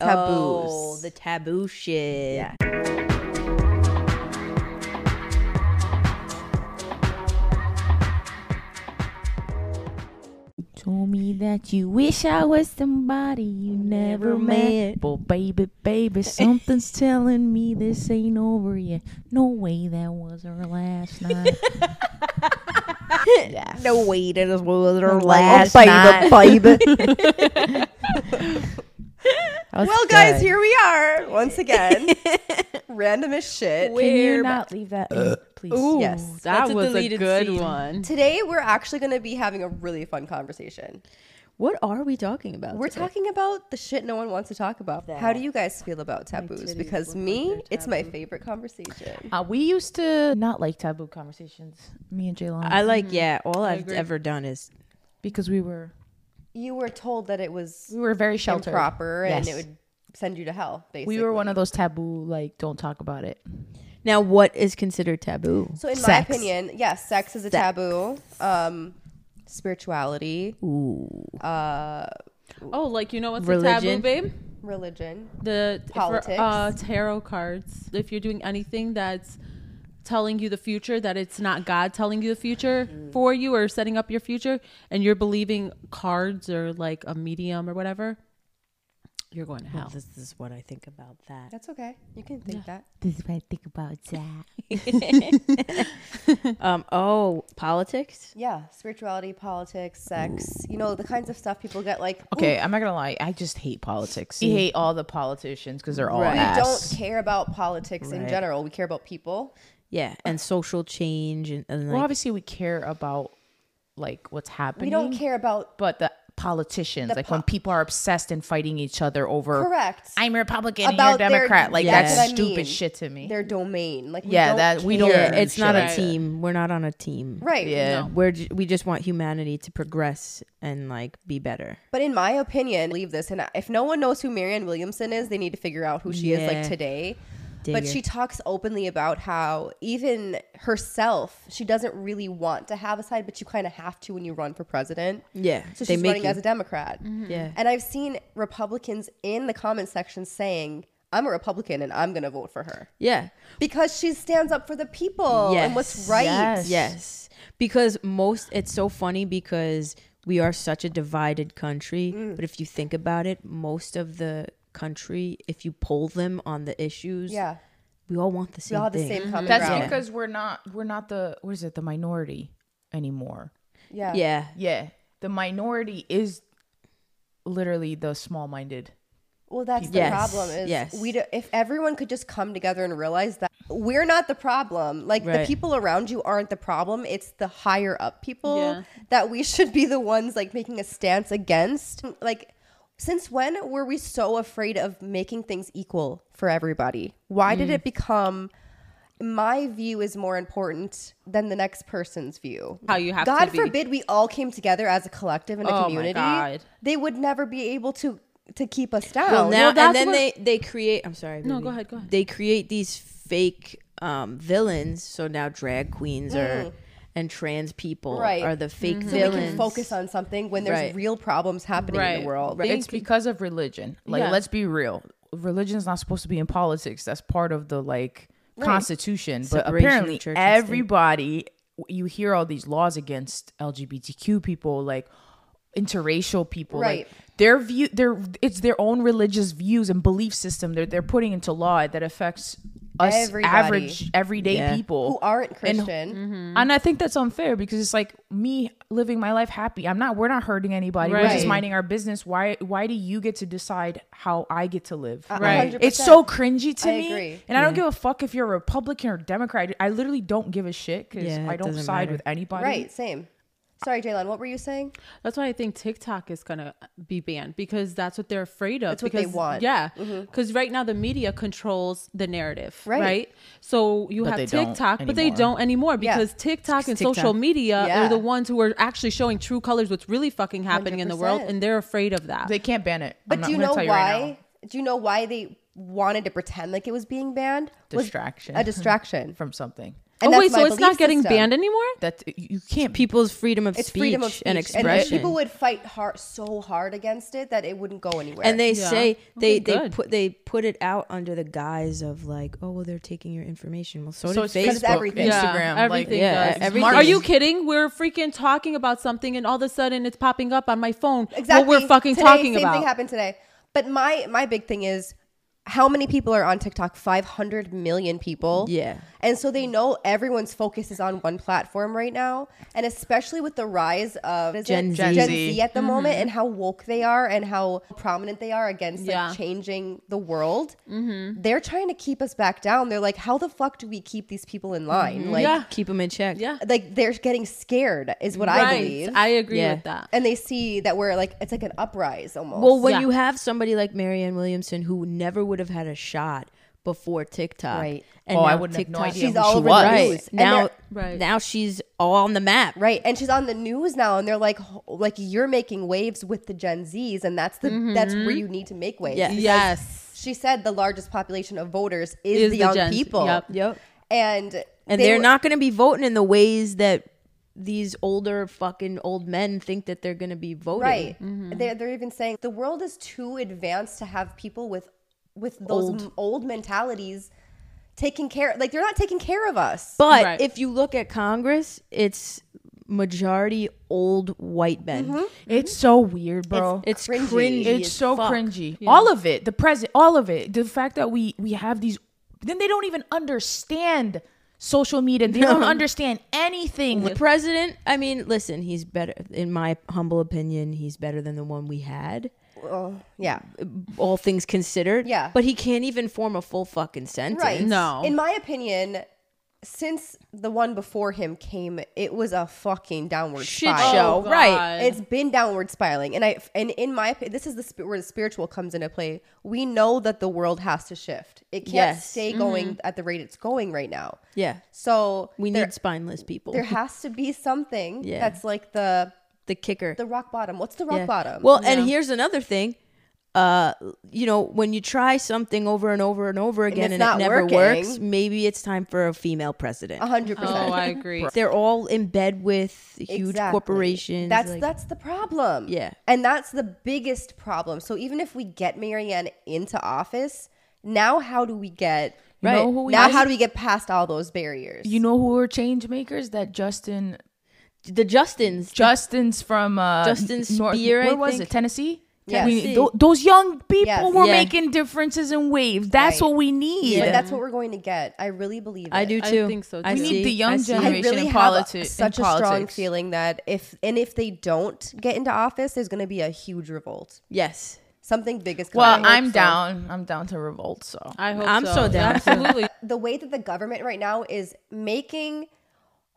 taboos. Oh, the taboo shit. yeah. Told me that you wish I was somebody you never met. But baby, baby, something's telling me this ain't over yet. No way that was her last night. No way that this was her Like, last oh, night. baby, baby. That was Well, guys, good. here we are once again. Random as shit. Can Where- you not leave that in, please? Uh, Ooh, yes. That's That a was a deleted good scene. one. Today we're actually going to be having a really fun conversation. What are we talking about? We're today? talking about the shit no one wants to talk about. How do you guys feel about taboos? titties Because look like me, they're it's my favorite conversation. Uh, we used to not like taboo conversations, me and Jalen, I like, Mm-hmm. yeah, all I've ever done is because we were You were told that it was we were very sheltered. improper and Yes. it would send you to hell, basically. We were one of those taboo, like don't talk about it. now what is considered taboo? So in Sex. my opinion, yes, sex is a taboo. Um spirituality, Oh, like you know what's Religion. a taboo, babe? religion. The for, Politics. uh, tarot cards. If you're doing anything that's telling you the future, that it's not God telling you the future Mm. for you or setting up your future, and you're believing cards or like a medium or whatever, you're going to hell. This is what I think about that. That's okay. You can think that. This is what I think about that. Um. Oh, politics. Yeah, spirituality, politics, sex, you know, the kinds of stuff people get like "Ooh, Okay, I'm not gonna lie. I just hate politics. We hate all the politicians because they're all we ass. don't care about politics in Right. general. We care about people. Yeah, and social change and, and well, like, obviously, we care about like what's happening. We don't care about but the politicians, The like po- when people are obsessed and fighting each other over. correct. I'm Republican. About and You're their- Democrat. like that's that's what I stupid mean. shit to me. their domain. Like we yeah, don't that we don't. yeah, do it's shit not like a that. team. We're not on a team. right. Yeah. We're j- we just want humanity to progress and like be better. But in my opinion, leave this. And if no one knows who Marianne Williamson is, they need to figure out who she is like Yeah. today. But Digger. she talks openly about how even herself, she doesn't really want to have a side, but you kind of have to when you run for president. Yeah, So they she's make running you- Mm-hmm. as a Democrat. Yeah. And I've seen Republicans in the comment section saying, I'm a Republican and I'm going to vote for her yeah. because she stands up for the people and what's Yes. right. Yes. Yes. Because most, it's so funny because we are such a divided country. Mm. But if you think about it, most of the country, if you poll them on the issues, Yeah. we all want the same We all have the thing. same common That's ground. because we're not. We're not the. What is it? The minority anymore. yeah. Yeah. Yeah, the minority is literally the small-minded. Well, that's the Yes, problem. Is yes. we do, if everyone could just come together and realize that we're not the problem. Like the Right. people around you aren't the problem. It's the higher up people Yeah. that we should be the ones like making a stance against. Like, since when were we so afraid of making things equal for everybody? Why Mm. did it become? My view is more important than the next person's view. How you have to God be. forbid we all came together as a collective and a Oh my community. God. They would never be able to to keep us down. Well, now Well, and that's then what- they they create. I'm sorry. No, baby. go ahead, go ahead. They create these fake um, villains. So now drag queens are and trans people Mm. Right. are the fake Mm-hmm. so we villains. can focus on something when there's Right. real problems happening in Right. the world. It's because of religion. Like, Yeah. let's be real. Religion's not supposed to be in politics. That's part of the like constitution. but Separation of apparently, church and state. everybody you hear all these laws against LGBTQ people, like interracial people, Right. like their view, their it's their own religious views and belief system that they're putting into law that affects us Everybody. average everyday Yeah. people Who aren't And- Christian. Mm-hmm. Mm-hmm. and I think that's unfair because it's like me living my life happy. I'm not. We're not hurting anybody. We're just Right. minding our business. Why? Why do you get to decide how I get to live? Uh, a Right. hundred It's percent. so cringy to I me, agree. and I don't give a fuck if you're a Republican or Democrat. I literally don't give a shit because Yeah, I it don't doesn't side matter. with anybody. Right, same. Sorry, Jalen, what were you saying? That's why I think TikTok is gonna be banned because that's what they're afraid of. That's what they because- want. Mm-hmm. Yeah, because right now the media controls the narrative, Right. right? So you But they have don't TikTok, but they anymore. don't anymore Yeah. because TikTok and TikTok. social media Yeah. are the ones who are actually showing true colors, what's really fucking happening in the world, 100%. and they're afraid of that. They can't ban it. But I'm not do you gonna know tell why? right now. do you know why they wanted to pretend like it was being banned? Was Distraction. A distraction. from something? And oh that's wait, my so it's belief not getting system. banned anymore? That you can't be People's freedom of, It's speech, freedom of speech and And expression. people would fight hard, so hard against it that it wouldn't go anywhere. and they Yeah. say Okay, they they good. put they put it out under the guise of like oh well they're taking your information well so, so did it's Facebook because Facebook, everything- Yeah, Instagram, everything like Yeah, does. everything. Are you kidding? We're freaking talking about something, and all of a sudden it's popping up on my phone. exactly What we're fucking Today, talking same about. thing happened today. But my my big thing is how many people are on TikTok? Five hundred million people. Yeah. and so they know everyone's focus is on one platform right now, and especially with the rise of what is Gen it? Z. Gen Z at the Mm-hmm. moment, and how woke they are, and how prominent they are against like Yeah. Mm-hmm. changing the world. They're trying to keep us back down. They're like, how the fuck do we keep these people in line? Like, Mm-hmm. Yeah. keep them in check Yeah. like they're getting scared, is what I right. believe I agree Yeah. with that. and they see that we're like it's like an uprise almost. well when Yeah. you have somebody like Marianne Williamson who never would have had a shot before TikTok Right. and Oh, I now wouldn't have no TikTok- idea She's who all she over the was. right news. And now they're- Right. now she's all on the map right, and she's on the news now, and they're like, ho- like you're making waves with the Gen Zs, and that's the that's where you need to make waves. Yes. because Yes. she said the largest population of voters is, the, young Gen Z. people. Yep. yep and and they they are were- not going to be voting in the ways that these older fucking old men think that they're going to be voting right. They're they're even saying the world is too advanced to have people with with those m- Old. old, mentalities taking care. Like they're not taking care of us. But Right. if you look at Congress, it's majority old white men. Mm-hmm. It's so weird, bro. It's Cringy. cringy. It's as so fuck. cringy. All of it, the present, all of it. The fact that we we have these, then they don't even understand social media. They don't understand anything. The president, I mean, listen, he's better in my humble opinion, he's better than the one we had, Well, yeah, all things considered. Yeah. But he can't even form a full fucking sentence. Right. No. In my opinion, since the one before him came, it was a fucking downward Shit spiral. show. God. Oh, right. It's been downward spiraling, and I and in my opinion, this is the sp- where the spiritual comes into play. We know that the world has to shift; it can't Yes. Mm-hmm. stay going at the rate it's going right now. Yeah. So We there, need spineless people. there has to be something Yeah. that's like the the kicker. the rock bottom. What's the rock Yeah. bottom? Well, and here's another thing. Uh, you know, when you try something over and over and over again it's and, it not never working. Uh-huh. works, maybe it's time for a female president. hundred Oh, percent. I agree. they're all in bed with huge Exactly. corporations. That's like- that's the problem. Yeah. and that's the biggest problem. So even if we get Marianne into office, now how do we get You Right. know who we now how do we get past all those barriers? you know who were change makers? That Justin the Justins. Justin's from uh, Justin N- North- Spear, I Where was think. it? Tennessee. Yes. We- Tennessee. tho- those young people Yes. were Yeah. making differences and waves. That's Right. what we need. But that's what we're going to get. I really believe. I it. do I too. think so, I too. We need see- the young I see. I generation. really in have politi- a, in such a strong politics. feeling that if and if they don't get into office, there's going to be a huge revolt. Yes. Something big is coming. Well, I'm down. I'm down to revolt. So I hope I'm so. so down. Absolutely. the way that the government right now is making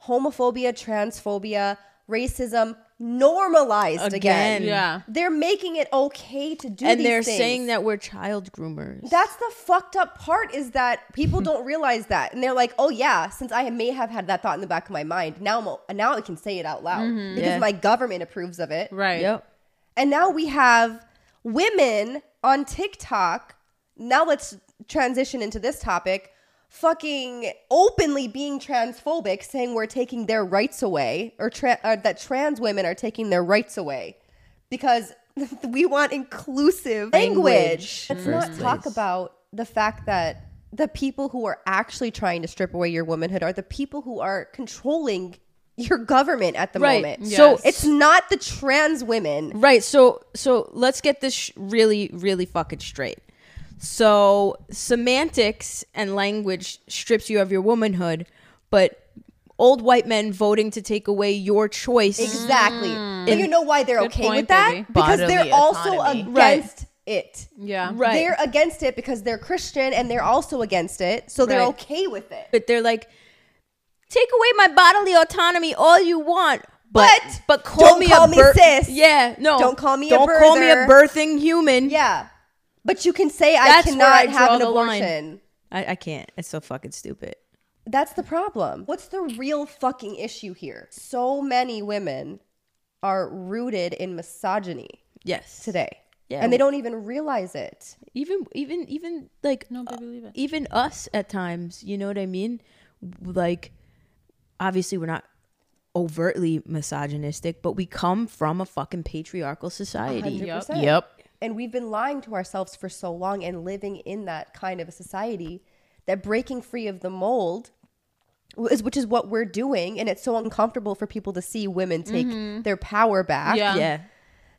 homophobia, transphobia, racism normalized again. Again. Yeah. They're making it okay to do And these they're things. saying that we're child groomers. that's the fucked up part is that people don't realize that and they're like oh yeah since i may have had that thought in the back of my mind now I'm, o- now i can say it out loud because Mm-hmm. Yeah. my government approves of it Right. Yep. and now we have women on TikTok. Now let's transition into this topic. Fucking openly being transphobic, saying we're taking their rights away, or, tra- or that trans women are taking their rights away because we want inclusive language. Language Let's not talk about the fact that the people who are actually trying to strip away your womanhood are the people who are controlling your government at the Right. moment. So Yes. It's not the trans women. Right. So so let's get this sh- really really fucking straight. So semantics and language strips you of your womanhood, but old white men voting to take away your choice. Exactly. Mm. And you know why they're okay point, with that? baby. Because Bodily they're also autonomy. against it. Yeah. Right. They're against it because they're Christian and they're also against it. So they're Right. okay with it. But they're like, take away my bodily autonomy all you want. But But but, call don't me call a me bir- sis. Yeah, no. Don't call me a don't call me a birther. birthing human. Yeah. But you can say That's I where cannot I have draw an the line. abortion. I, I can't. It's so fucking stupid. That's the problem. What's the real fucking issue here? So many women are rooted in misogyny Yes. today. Yeah. And they don't even realize it. Even even even like uh, No, baby, leave it. even us at times. You know what I mean? Like obviously we're not overtly misogynistic, but we come from a fucking patriarchal society. 100%. Yep. And we've been lying to ourselves for so long and living in that kind of a society that breaking free of the mold is which is what we're doing and it's so uncomfortable for people to see women take their power back Yeah. Yeah.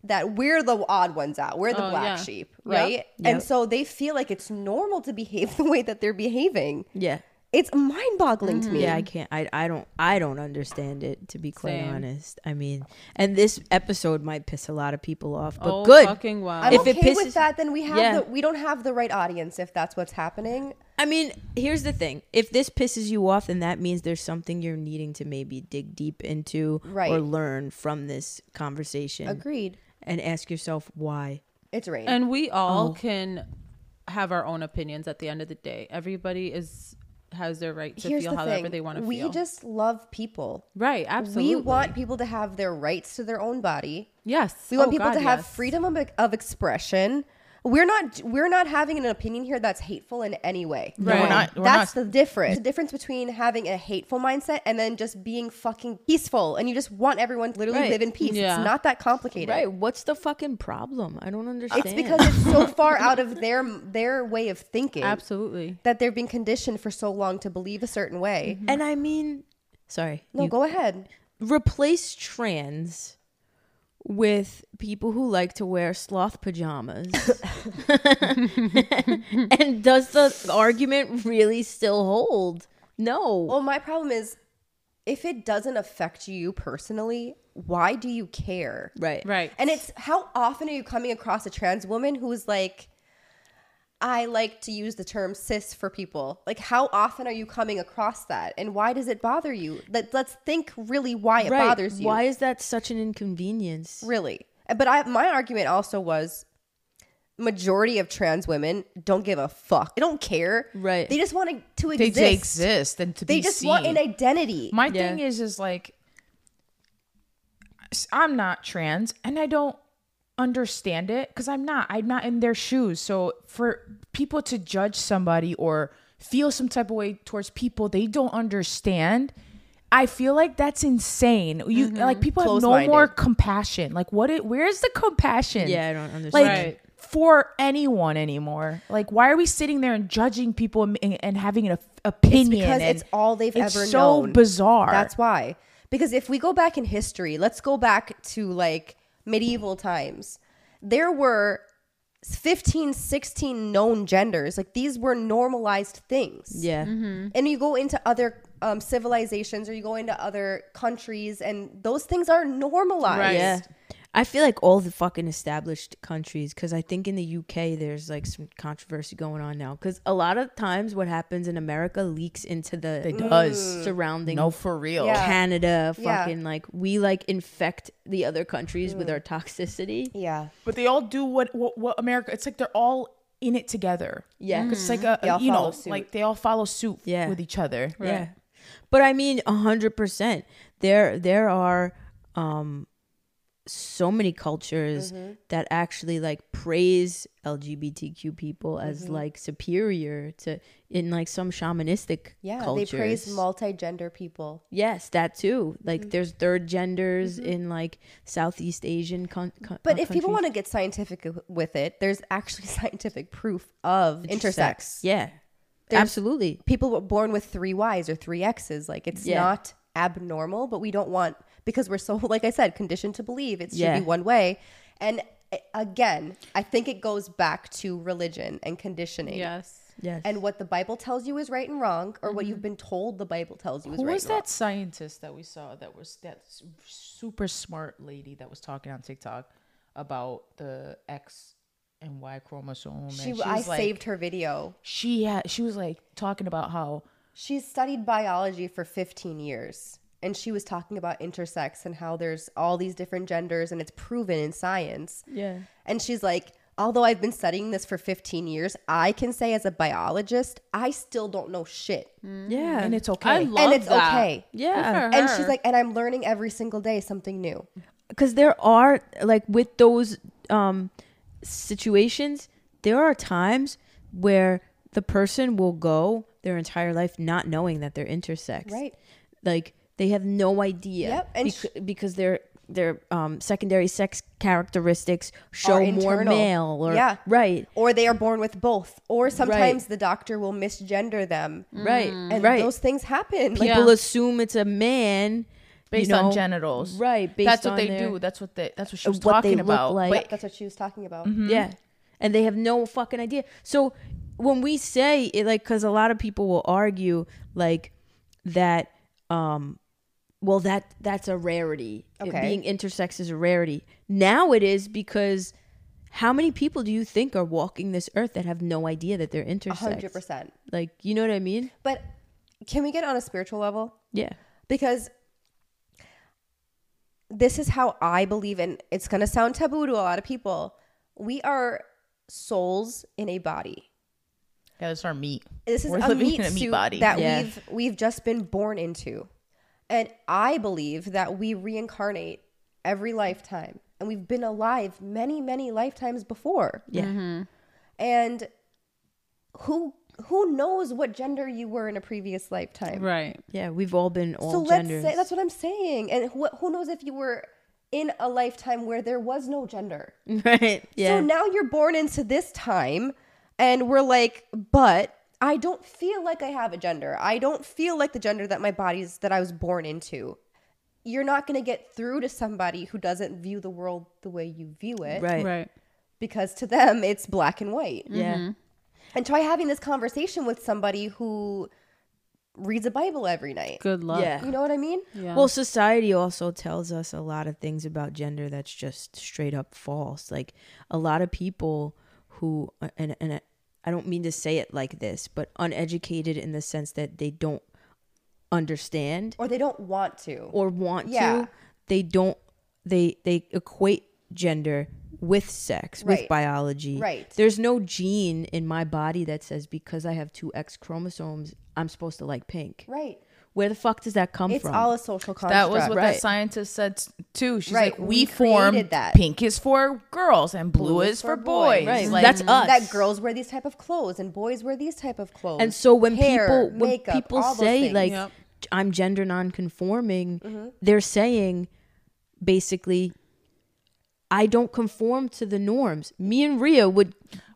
that we're the odd ones out. We're the Oh, black yeah. sheep, Yep. right? Yep. And so they feel like it's normal to behave the way that they're behaving. Yeah. It's mind-boggling to me. Mm-hmm. Yeah, I can't. I, I don't. I don't understand it. To be quite Same. honest, I mean, and this episode might piss a lot of people off, but Oh, good. fucking wow. I'm If okay it pisses- with that. Then we have Yeah. the, we don't have the right audience if that's what's happening. I mean, here's the thing: if this pisses you off, then that means there's something you're needing to maybe dig deep into Right. or learn from this conversation, Agreed. and ask yourself why. It's rain. And we all Oh. can have our own opinions at the end of the day. Everybody is has their right to feel however they want to we feel. just love people. right, absolutely. We want people to have their rights to their own body. yes. We want Oh, people God, to have yes. freedom of, of expression. We're not we're not having an opinion here that's hateful in any way. Right. We're not. We're That's not. the difference. The difference between having a hateful mindset and then just being fucking peaceful and you just want everyone to literally Right. live in peace. Yeah. It's not that complicated. Right? What's the fucking problem? I don't understand. It's because it's so far out of their their way of thinking Absolutely. that they've been conditioned for so long to believe a certain way. Mm-hmm. and I mean, sorry. No, you- go ahead. replace trans with people who like to wear sloth pajamas. and does the argument really still hold? No. Well, my problem is if it doesn't affect you personally, why do you care? Right. Right. And it's how often are you coming across a trans woman who is like, I like to use the term cis for people. Like, how often are you coming across that? And why does it bother you? Let, let's think really why it Right. bothers you. Why is that such an inconvenience? Really. But I, my argument also was majority of trans women don't give a fuck. They don't care. Right. They just want to, to They exist. to exist and to They be just seen. want an identity. My Yeah. thing is, is like, s- I'm not trans, and I don't understand it because I'm not. I'm not in their shoes. So for people to judge somebody or feel some type of way towards people they don't understand. I feel like that's insane. You Mm-hmm. like people have no Close-minded. more compassion. Like what it where's the compassion? Yeah, I don't Like understand. Right. for anyone anymore. Like why are we sitting there and judging people and, and, and having an op- opinion? because and it's all they've it's ever so known. bizarre. That's why. Because if we go back in history, let's go back to like medieval times. There were 15, 16 known genders. Like these were normalized things. yeah. And you go into other um, civilizations or you go into other countries and those things are normalized. Right. Yeah. I feel like all the fucking established countries, because I think in the UK there's like some controversy going on now. Because a lot of times what happens in America leaks into the It does. surrounding No, for real. Yeah. Canada, Yeah. fucking like we like infect the other countries with our toxicity. Yeah. But they all do what, what what America. It's like they're all in it together. Yeah. 'Cause it's like a, They all you know follow suit. like they all follow suit Yeah. with each other. Yeah. But I mean a hundred percent. There there are um so many cultures Mm-hmm. that actually like praise LGBTQ people as Mm-hmm. like superior to in like some shamanistic Yeah. cultures. They praise Mm-hmm. multi gender people. yes, that too. Like there's third genders in like Southeast Asian con- con- Mm-hmm. uh, But if people want to get scientific with it, there's actually scientific proof of intersex. yeah, absolutely. people were born with three Y's or three X's. Like it's Yeah. not abnormal, but we don't want because we're so like I said, conditioned to believe it should Yeah. be one way. And uh, again, I think it goes back to religion and conditioning. Yes. Yes. And what the Bible tells you is right and wrong, or what you've been told the Bible tells you is Who right was and wrong. that scientist that we saw that was that s- super smart lady that was talking on TikTok about the X and Y chromosome? Oh, and She, was I like- saved her video. She had. She was like talking about how She's studied biology for 15 years. And she was talking about intersex and how there's all these different genders and it's proven in science. yeah. And she's like, although I've been studying this for 15 years, I can say as a biologist, I still don't know shit. Yeah. and it's okay. I love it's that. okay. Good Yeah. for And her. she's like, and I'm learning every single day something new. because there are like with those um situations there are times where the person will go their entire life not knowing that they're intersex Right. like They have no idea. Yep, and bec- sh- because their their um, secondary sex characteristics show more internal. male or Yeah. right. or they are born with both or sometimes the doctor will misgender them Right. and right. those things happen like, People assume it's a man based you know, on genitals. Right. Based That's what on they their- do. That's what they. That's what she Uh, was what they talking look about. like. But that's what she was talking about Yeah. And they have no fucking idea. So when we say it, like, because a lot of people will argue, like, that, um, well, that that's a rarity. It Okay. Being intersex is a rarity. Now it is because how many people do you think are walking this earth that have no idea that they're intersex? 100% Like, you know what I mean? but can we get on a spiritual level Yeah. because this is how I believe, and it's going to sound taboo to a lot of people. We are souls in a body. yeah, that's our meat. This is We're a living meat, in a meat suit body. that Yeah. we've we've just been born into, and I believe that we reincarnate every lifetime, and we've been alive many many lifetimes before, Yeah. and who who knows what gender you were in a previous lifetime, Right. Yeah. We've all been all so genders. let's say that's what I'm saying. And who, who knows if you were in a lifetime where there was no gender? right. Yeah. So now you're born into this time, and we're like, but I don't feel like I have a gender. I don't feel like the gender that my body's that I was born into. You're not going to get through to somebody who doesn't view the world the way you view it right. Right. because to them it's black and white. Yeah. Mm-hmm. And try having this conversation with somebody who reads a Bible every night. Good luck. Yeah. You know what I mean? Yeah. Well, society also tells us a lot of things about gender that's just straight up false. Like a lot of people who uh, and and I- I don't mean to say it like this, but uneducated in the sense that they don't understand Or they don't want to. or want Yeah. to. They don't they they equate gender with sex, Right. with biology. Right. There's no gene in my body that says because I have two X chromosomes, I'm supposed to like pink. Right. Where the fuck does that come It's from? all a social construct. That was what Right. that scientist said s- too. She's Right, like, we, we form created that. pink is for girls and blue, Blue is for boys. Right. Like, That's us. that girls wear these type of clothes and boys wear these type of clothes. And so when Hair, people when makeup, people all those say things. Mm-hmm. like Yep. I'm gender nonconforming, they're saying basically I don't conform to the norms. Me and Ria would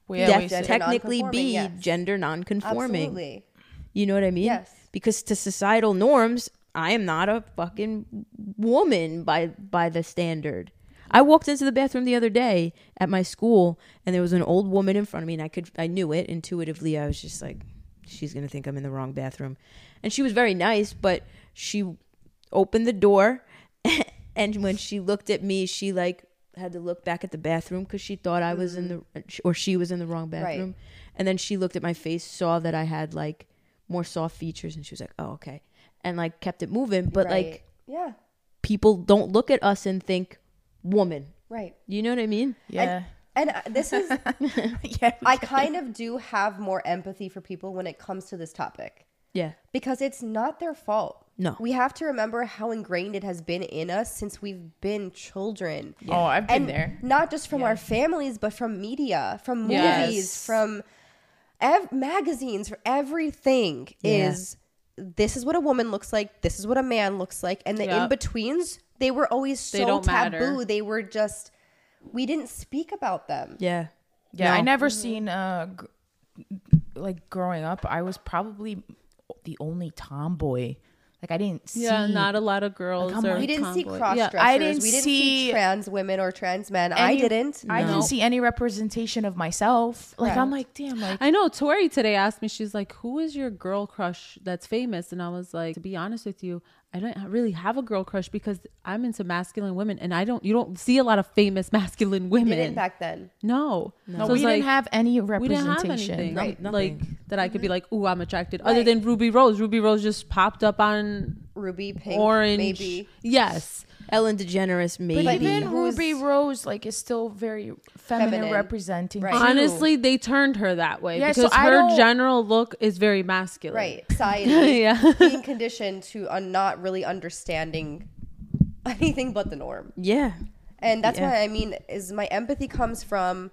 We always def- say- technically be Gender nonconforming, yes. gender nonconforming. absolutely, You know what I mean? Yes. Because to societal norms, I am not a fucking woman by by the standard. I walked into the bathroom the other day at my school and there was an old woman in front of me and I could I knew it intuitively. I was just like she's going to think I'm in the wrong bathroom. And she was very nice, but she opened the door and when she looked at me, she like had to look back at the bathroom cuz she thought I was in the Mm-hmm. or she was in the wrong bathroom. And then she looked at my face, saw that I had like more soft features, and she was like, "Oh, okay," and like kept it moving. But Right. like yeah, people don't look at us and think woman. right. You know what I mean? yeah, And uh, this is yeah. I kind of do have more empathy for people when it comes to this topic Yeah. because it's not their fault. No. we have to remember how ingrained it has been in us since we've been children. Oh, I've been and there. not just from our families but from media from movies Yes. from ev- magazines for everything Yeah. is this is what a woman looks like this is what a man looks like and the Yep. in-betweens they were always so They don't taboo matter. they were just we didn't speak about them Yeah. Yeah, I No. never seen uh gr- like growing up. I was probably the only tomboy. Like I didn't see. Yeah, not a lot of girls. Like, I'm are like- we didn't see tomboy. cross dressers Yeah, I didn't we didn't see see- trans women or trans men i any- didn't I No. didn't see any representation of myself. Like I'm like, damn, like I know Tori today asked me, she's like, Who is your girl crush that's famous? And I was like, To be honest with you, I don't really have a girl crush because I'm into masculine women and I don't, you don't see a lot of famous masculine didn't women. back then no. no, So we it's didn't like, have any we didn't have representation. anything Right, Mm-hmm. like that I could be like, Ooh, I'm attracted. Other than Ruby Rose. Ruby Rose just popped up on ruby pink orange. maybe Yes. Ellen DeGeneres, maybe. like, Even who's- Ruby Rose, like, is still very feminine, Feminine. representing. Right. too. Honestly, they turned her that way Yeah, so because I her don't- general look is very masculine. right society Yeah. being conditioned to uh, not really understanding anything but the norm yeah. and that's Yeah. why i mean is my empathy comes from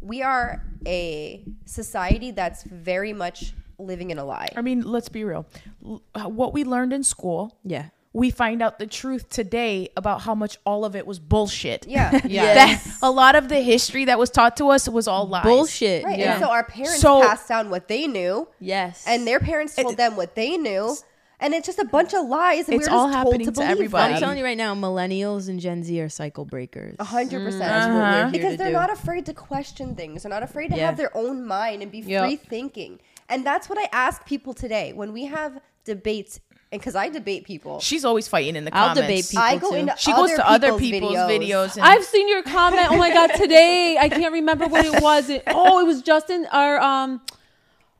we are a society that's very much living in a lie uh, I mean, let's be real. L- What we learned in school, Yeah. we find out the truth today about how much all of it was bullshit. Yeah. Yeah. That a lot of the history that was taught to us was all lies. Bullshit. Right. Yeah. And so our parents So- passed down what they knew, yes. and their parents told them what they knew, and it's just a bunch of lies. And It's we were all just happening told to, to believe everybody. I'm them. telling you right now, millennials and Gen Z are cycle breakers. A hundred That's percent. what Uh-huh. we're here Because to they're do. not afraid to question things. They're not afraid to Yeah. have their own mind and be Yep. free thinking. And that's what I ask people today when we have debates. And because I debate people, She's always fighting in the I'll comments. debate people I go too. into She other goes to other people's people's videos. and I've seen your comment. Oh my god, today I can't remember what it was. It, oh, it was Justin or um,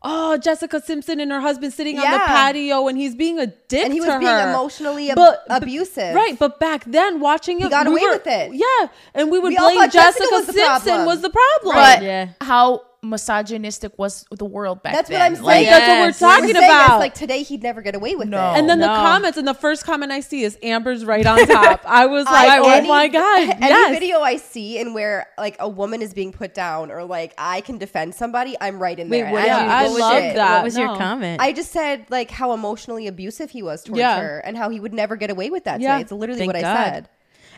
oh Jessica Simpson and her husband sitting on the Yeah. patio, and he's being a dick. And he to was being her. emotionally ab- abusive. Right, but back then watching it, got we away were- with it. Yeah, and we would We all blame thought Jessica, Jessica was the Simpson problem. was the problem. but Yeah. how misogynistic was the world back That's what then? I'm saying. that's what we're Yes. We're We're talking saying this, about. like today, he'd never get away with No. it. and then the No. comments, and the first comment I see is Amber's right on top. I was like, oh any- my god, Any yes. video I see in where like a woman is being put down or like I can defend somebody, I'm right in there. what I did don't you- give a I what was love your- shit. that. What was No. your comment? I just said like how emotionally abusive he was towards Yeah. her and how he would never get away with that. Yeah. Today. It's literally Thank what I God. said.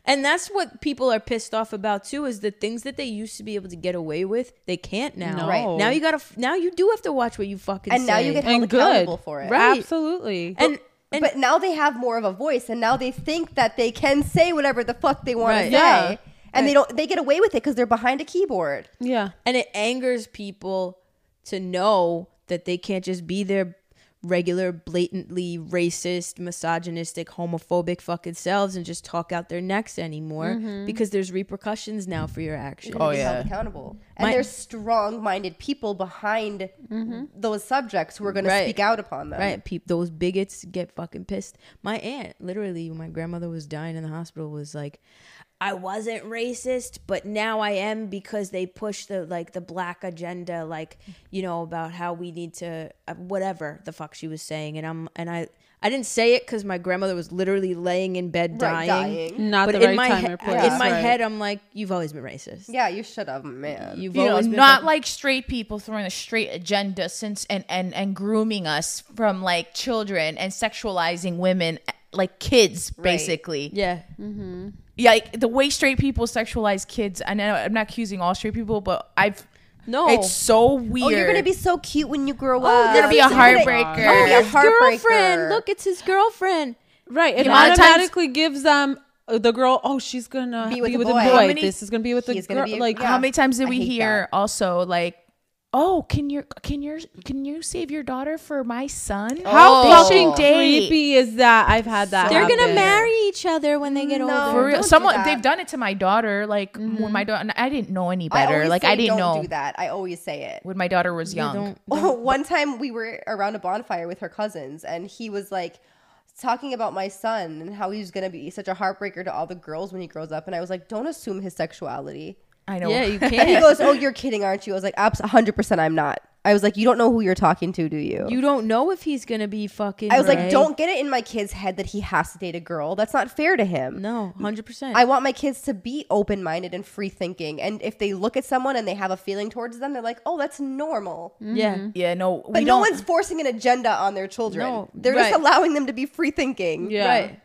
And that's what people are pissed off about too is the things that they used to be able to get away with, they can't now. No. Right. Now you got to now you do have to watch what you fucking And now you say. get held And good accountable for it. Right. Absolutely. And and but now they have more of a voice and now they think that they can say whatever the fuck they want Right. to say. Yeah. And they don't they get away with it because they're behind a keyboard. yeah. and it angers people to know that they can't just be their regular blatantly racist misogynistic homophobic fucking selves and just talk out their necks anymore because there's repercussions now for your actions oh, yeah. held accountable. And My- there's strong-minded people behind those subjects who are going Right. to speak out upon them. Right, peep, those bigots get fucking pissed. My aunt, literally, when my grandmother was dying in the hospital, was like, "I wasn't racist, but now I am because they push the like the black agenda, like you know about how we need to uh, whatever the fuck she was saying." And I'm and I I didn't say it because my grandmother was literally laying in bed Right, dying. dying. Not But the in right my time he- or place. in my right. head, I'm like, "You've always been racist. Yeah, you should have, man. You've you know, always been not fucking- like straight people throwing a straight agenda since and and and grooming us from like children and sexualizing women like kids basically yeah." yeah like, the way straight people sexualize kids i know i'm not accusing all straight people but i've No, it's so weird oh, you're going to be so cute when you grow up. you're gonna be a You're gonna- heartbreaker. Oh, you're a his girlfriend. heartbreaker. Look, it's his girlfriend. Right. It know, a lot of times- automatically gives them uh, the girl, oh, she's going to be with, a boy. How many- this is going to be with the He's gonna girl. be- like, yeah. how many times did I we hate hear also like oh can your can your can you save your daughter for my son Oh, how They fucking should date. creepy is that? I've had that. They're happen. gonna marry each other when they get No. older. For Don't real, do someone that. Mm-hmm. they've done it to my daughter. Like when my daughter, I didn't know any I better. always like I say didn't don't know do that. I always say it. when my daughter was young. don't- Oh, one time we were around a bonfire with her cousins, and he was like talking about my son and how he's gonna be such a heartbreaker to all the girls when he grows up. And I was like, don't assume his sexuality. I know. Yeah, you And he can't. goes, oh, you're kidding, aren't you? I was like, abs, 100%, I'm not. I was like, you don't know who you're talking to, do you? you don't know if he's gonna be fucking. I was like, right. don't get it in my kid's head that he has to date a girl. That's not fair to him. No, hundred percent. I want my kids to be open minded and free thinking. And if they look at someone and they have a feeling towards them, they're like, oh, that's normal. Mm-hmm. Yeah, yeah, no. But we no don't- one's forcing an agenda on their children. No, they're right. just allowing them to be free thinking. Yeah. right.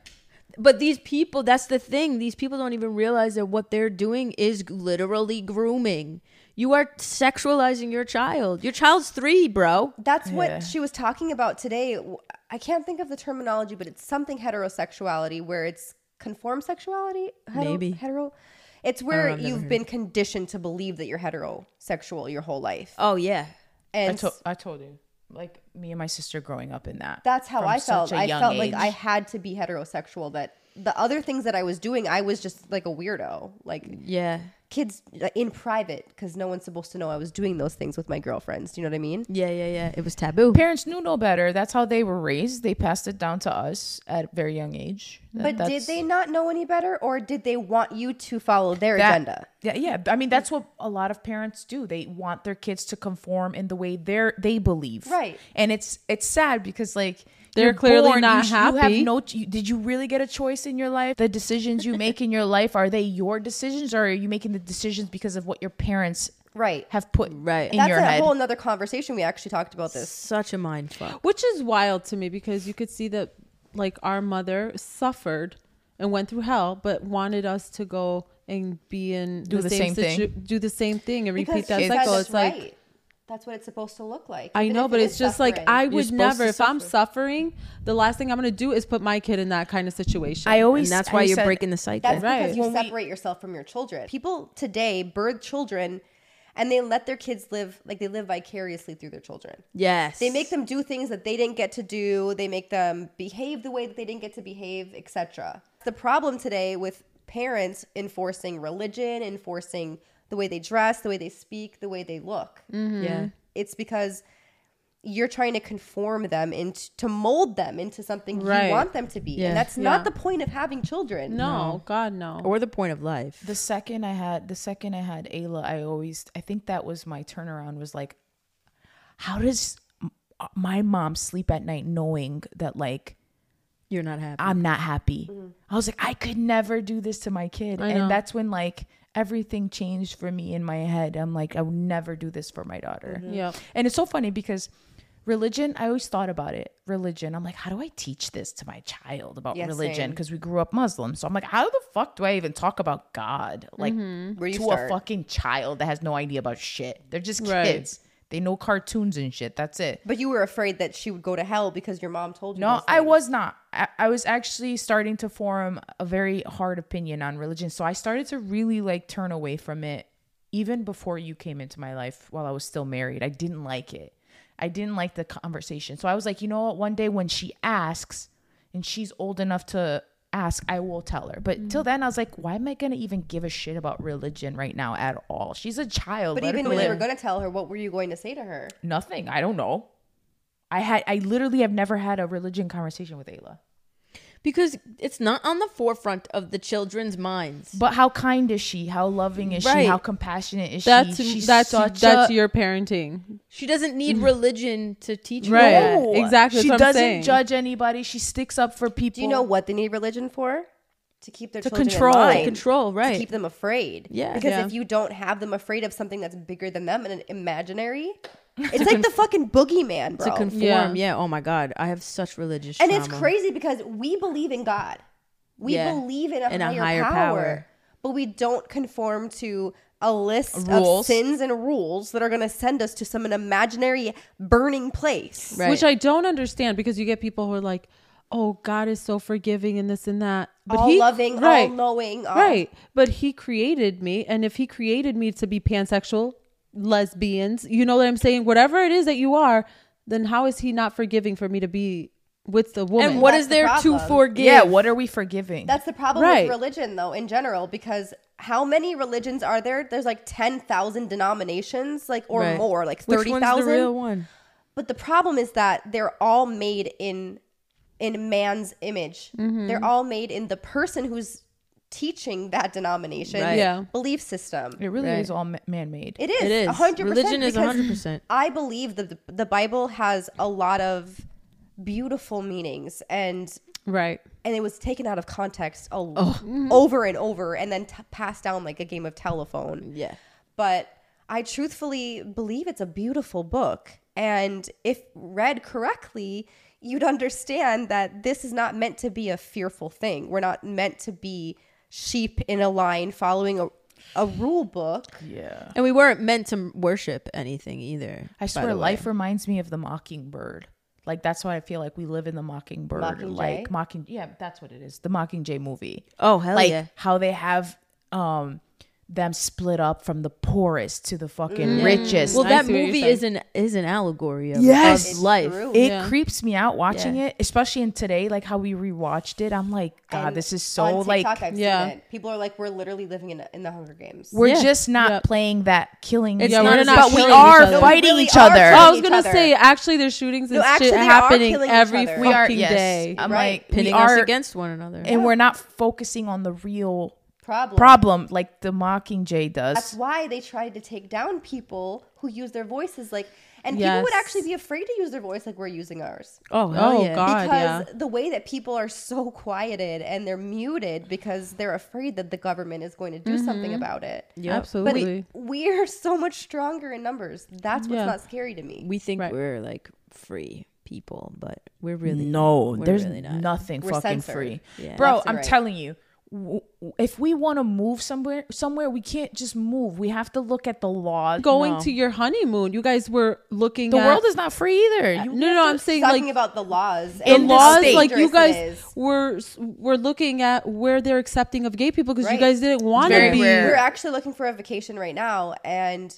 But these people, that's the thing. These people don't even realize that what they're doing is literally grooming. You are sexualizing your child. Your child's three, bro. That's Yeah. what she was talking about today. W- I can't think of the terminology, but it's something heterosexuality where it's conform sexuality. Hetero, Maybe. hetero. It's where you've been conditioned to believe that you're heterosexual your whole life, Oh yeah, I, and to- I told you, like me and my sister growing up in that. that's how from I such felt. a I young felt like age. I had to be heterosexual. That the other things that I was doing, I was just like a weirdo. Like yeah, kids like, in private, because no one's supposed to know I was doing those things with my girlfriends. Do you know what I mean? yeah, yeah, yeah. It was taboo. Parents knew no better. That's how they were raised. They passed it down to us at a very young age. That- But that's- did they not know any better, or did they want you to follow their that- agenda? Yeah, yeah. I mean, that's what a lot of parents do. They want their kids to conform in the way they're they believe. Right. And it's it's sad because like They're you're clearly not sh- happy. You have no. ch- You, did you really get a choice in your life? The decisions you make in your life are they your decisions, or are you making the decisions because of what your parents Right. have put Right. in That's your a head? whole nother conversation. We actually talked about this. Such a mind fuck. Which is wild to me because you could see that like our mother suffered and went through hell, but wanted us to go and be in Do the same thing. do the same thing and repeat Because that it's- cycle. that's It's like right. that's what it's supposed to look like. I Even know, if but it it's is just like suffering. I would supposed to never. If I'm suffering, the last thing I'm gonna do is put my kid in that kind of situation. I always. and that's why I you're said- breaking the cycle. That's because Right. you separate yourself from your children. People today birth children and they let their kids live like they live vicariously through their children. Yes. They make them do things that they didn't get to do. They make them behave the way that they didn't get to behave, etc. The problem today with parents enforcing religion, enforcing the way they dress, the way they speak, the way they look. Yeah. It's because you're trying to conform them into to mold them into something Right. you want them to be. Yeah. And that's not Yeah. the point of having children. no, God no. Or the point of life. The second I had the second I had Ayla, I always I think that was my turnaround was like, how does m- my mom sleep at night knowing that like You're not happy. I'm not happy? Mm-hmm. I was like, I could never do this to my kid, I know. and that's when like everything changed for me in my head. I'm like, I would never do this for my daughter. Mm-hmm. Yep. And it's so funny because religion, I always thought about it. Religion, I'm like, how do I teach this to my child about Yeah, religion? same. Because we grew up Muslim. So I'm like, how the fuck do I even talk about God? Like Mm-hmm. Where you to a start. fucking child that has no idea about shit. They're just Right. kids. They know cartoons and shit. That's it. But you were afraid that she would go to hell because your mom told you. No, those I things. was not. I, I was actually starting to form a very hard opinion on religion. So I started to really like turn away from it even before you came into my life while I was still married. I didn't like it. I didn't like the conversation. So I was like, you know what? One day when she asks and she's old enough to ask, I will tell her. But Mm. till then, I was like, why am I going to even give a shit about religion right now at all? She's a child. But Let her even when you live. were going to tell her, what were you going to say to her? nothing, I don't know. I had I literally have never had a religion conversation with Ayla. because it's not on the forefront of the children's minds. But how kind is she? How loving is she? Right. How compassionate is That's she? She's that's such that's a- your parenting, She doesn't need religion to teach her. right? that. No. Exactly. She that's what I'm doesn't saying. judge anybody. She sticks up for people. Do you know what they need religion for? To keep their To children in control. To line. control, To right. keep them afraid. Yeah. Because Yeah. if you don't have them afraid of something that's bigger than them and an imaginary, it's like the fucking boogeyman, bro. to conform. Yeah. Yeah. Oh my God. I have such religious. and it's trauma. crazy because we believe in God. We Yeah. believe in a, In a higher, higher power, power. but we don't conform to a list of Rules. sins and rules that are going to send us to some an imaginary burning place. Right. Which I don't understand because you get people who are like, "Oh, God is so forgiving and this and that." all loving, all uh. knowing, all, Right. But he created me. And if he created me to be pansexual, lesbians, you know what I'm saying? Whatever it is that you are, then how is he not forgiving for me to be with the woman? And what That's is the there to problem. forgive? Yeah, what are we forgiving? That's the problem Right. with religion, though, in general, because how many religions are there? There's like ten thousand denominations, like or Right. more, like Which thirty one's the real thousand. one? But the problem is that they're all made in in man's image. Mm-hmm. They're all made in the person who's teaching that denomination Right. Yeah. belief system. it really Right. is all ma- man-made. It is. It is. 100%. Religion is because 100%. I believe that the, the Bible has a lot of beautiful meanings and right. and it was taken out of context a, Oh. Mm-hmm. over and over and then t- passed down like a game of telephone. Yeah. But I truthfully believe it's a beautiful book. And if read correctly, you'd understand that this is not meant to be a fearful thing. We're not meant to be sheep in a line following a, a rule book. Yeah. And we weren't meant to worship anything either. I by swear the way. life reminds me of the mockingbird. Like that's why I feel like we live in the mockingbird. Mockingjay? Like mocking Yeah, that's what it is. The mockingjay movie. Oh hell like yeah! how they have um them split up from the poorest to the fucking richest. Well, I that see what you're movie saying. is an is an allegory of, Yes. of life. True. it Yeah. creeps me out watching Yeah. it, especially in today, like how we rewatched it. I'm like, God, And this is so on like TikTok, I've seen yeah. it. People are like, we're literally living in, in the Hunger Games. we're Yeah. just not Yep. playing that killing. It's game, not about but we killing are each other. fighting We each are other. killing Oh, I was each gonna other. say, actually, there's shootings and No, shit actually, they are happening killing each every other. fucking We yes. day. I'm Right. like, pinning we are, us against one another. and we're not focusing on the real Problem. problem like the Mockingjay That's does. why they tried to take down people who use their voices like and people Yes. would actually be afraid to use their voice like we're using ours. oh hell oh, yeah! God, yeah. because the way that people are so quieted and they're muted because they're afraid that the government is going to do something Mm-hmm. about it. But Absolutely. it, we are so much stronger in numbers. That's what's Yeah. not scary to me. We think Right. we're like free, people, but we're really no, we're there's really not. nothing We're fucking censored. free, Yeah. bro. Left and I'm right. telling you, w- w- if we want to move somewhere, somewhere we can't just move. We have to look at the law. Going No. to your honeymoon, you guys were looking. the at, world is not free either. You no, no. I'm saying Talking like about the laws. the and how laws, state. like you dangerous it guys is. were were looking at where they're accepting of gay people because you Right. guys didn't want to Very be. rare. We're actually looking for a vacation right now, and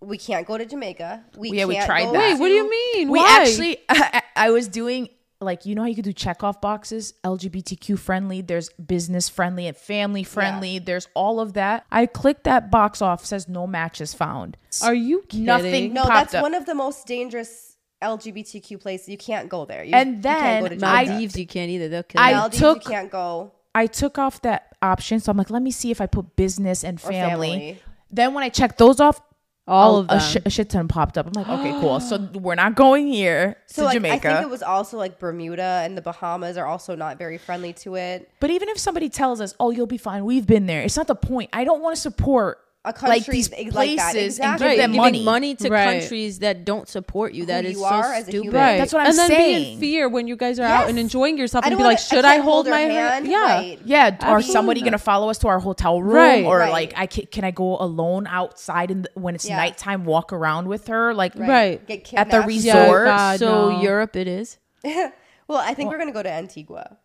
we can't go to Jamaica. We Yeah, we can't tried go that. Wait, what do to- you mean? we Why? actually I, I was doing like you know how you could do checkoff boxes lgbtq friendly there's business friendly and family friendly there's all of that i clicked that box off says no matches found Are you kidding? Nothing. No, popped that's up. one of the most dangerous LGBTQ places. You can't go there. You, And you then can't go to Jamaica. Maldives, you can't either. They'll kill I- you. Maldives, took- you can't go. i took off that option so i'm like let me see if i put business and family, family. then when i checked those off oh, All a- of them. A, shi- a shit ton popped up i'm like okay cool so we're not going here So to like, jamaica I think it was also like Bermuda and the Bahamas are also not very friendly to it. But even if somebody tells us, "Oh, you'll be fine," we've been there. It's not the point. I don't want to support A like country these th- like places that, and exactly. give Right, them giving money. money, to Right. countries that don't support you. That you is are so as a stupid. human. That's what I'm and then be saying. in fear when you guys are out Yes. and enjoying yourself I and don't be wanna- like, should I, I can't hold, her my hand? Yeah. Right. Yeah, are Absolutely. somebody going to follow us to our hotel room Right. or Right. like I can, can I go alone outside in the, when it's Yeah. nighttime walk around with her like Right. Get at the kidnapped. resort? Yeah, God, so no. Europe, it is. Well, I think we're gonna go to Antigua.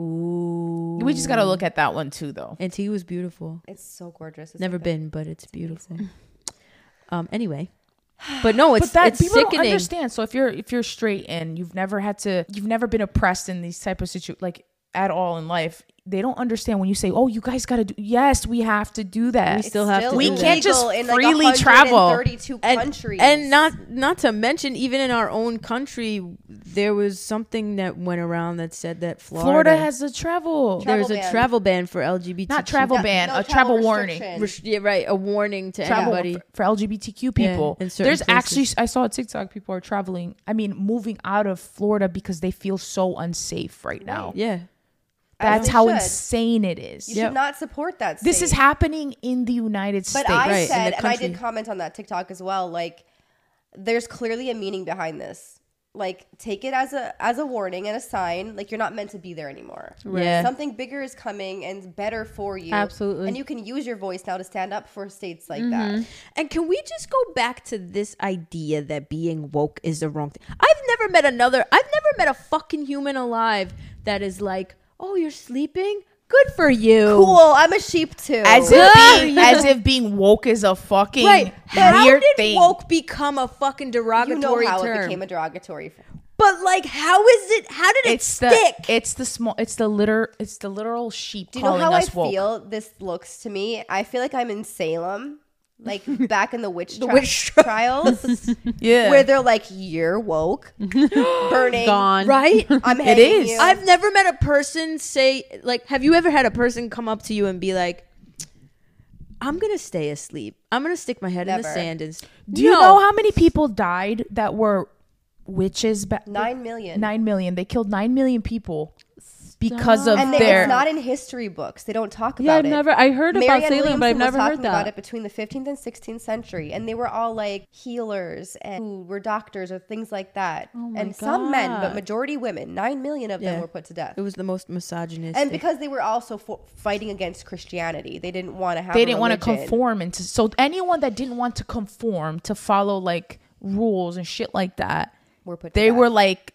Ooh, We just got to look at that one too though. Antigua was beautiful. It's so gorgeous. It's Never like a- been, but it's beautiful. Um. Anyway, but no, it's but that it's people don't sickening. understand. So if you're if you're straight and you've never had to you've never been oppressed in these type of situ like at all in life, they don't understand when you say, "Oh, you guys got to do Yes, we have to do that." We still have to. Still do We that. can't just illegal in, like, freely travel. 132 countries and not not to mention even in our own country there was something that went around that said that Florida, Florida has a travel. Tra- there's Travel a ban. travel ban for LGBT not travel Yeah, ban, no a travel, warning. restriction. Res- yeah, right a warning to Travel anybody for, for LGBTQ people. in There's certain actually places. I saw a TikTok people are traveling, I mean, moving out of Florida because they feel so unsafe right now. yeah As That's they how should. insane it is. You should not support that. This state. is happening in the United But States. I Right, in said, the and I did country. comment on that TikTok as well. Like, there's clearly a meaning behind this. Like, take it as a as a warning and a sign. Like, you're not meant to be there anymore. Yeah. Something bigger is coming and better for you. Absolutely. And you can use your voice now to stand up for states like that. and can we just go back to this idea that being woke is the wrong thing I've never met another I've never met a fucking human alive that is like oh you're sleeping good for you Cool. I'm a sheep too. as if being, as if being woke is a fucking Right. How weird did thing. woke become a fucking you derogatory know how term? it became a derogatory. f- But like, how is it? How did it it's the stick? it's the small it's the liter it's the literal sheep Do you know calling how I us woke. feel? This looks to me. I feel like I'm in Salem. Like back in the witch, tri- witch trials, Yeah. where they're like, "You're woke, burning, Gone. right? I'm hanging is. you. I've never met a person say like. Have you ever had a person come up to you and be like, "I'm gonna stay asleep. I'm gonna stick my head in the Never. sand." And s- Do you No. know how many people died that were witches? Ba- Nine million. Nine million. They killed nine million people because of and they, their. it's not in history books. They don't talk about Yeah, I've it. never. I heard about Marianne Salem, but I've Williamson was never heard talking about that. it between the 15th and 16th century, and they were all like healers and who were doctors or things like that. and some men, but God. majority women. Nine million of them Yeah. were put to death. it was the most misogynistic. And because they were also fo- fighting against Christianity, they didn't want to have. they didn't want to religion. conform into. So anyone that didn't want to conform to follow like rules and shit like that, Were put to they death. were like,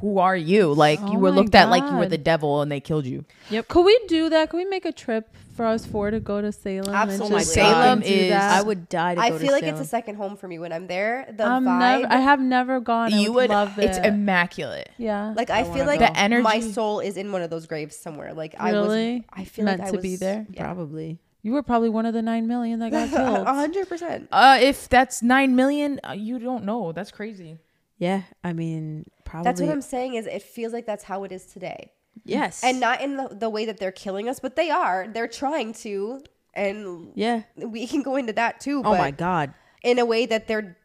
"Who are you?" Like you Oh were my looked at like you were God. the devil, and they killed you. Yep. Could we do that? Could we make a trip for us four to go to Salem? Absolutely. And just Salem fucking do is- that? I would die to I go to feel like Salem. it's a second home for me when I'm there. The I'm vibe. uh, never, I have never gone. I you would, love it. It's immaculate. yeah. Like I, feel like go. The energy- my soul is in one of those graves somewhere. Like I Really? was, I feel Meant like I to was, be there? probably. you were probably one of the nine million that got killed. A hundred percent. Uh, if that's nine million, uh, you don't know. That's crazy. Yeah, I mean, probably. That's what I'm saying. Is it feels like that's how it is today, Yes, and not in the, the way that they're killing us, but they are. They're trying to, and yeah. we can go into that too. Oh but my god. In a way that they're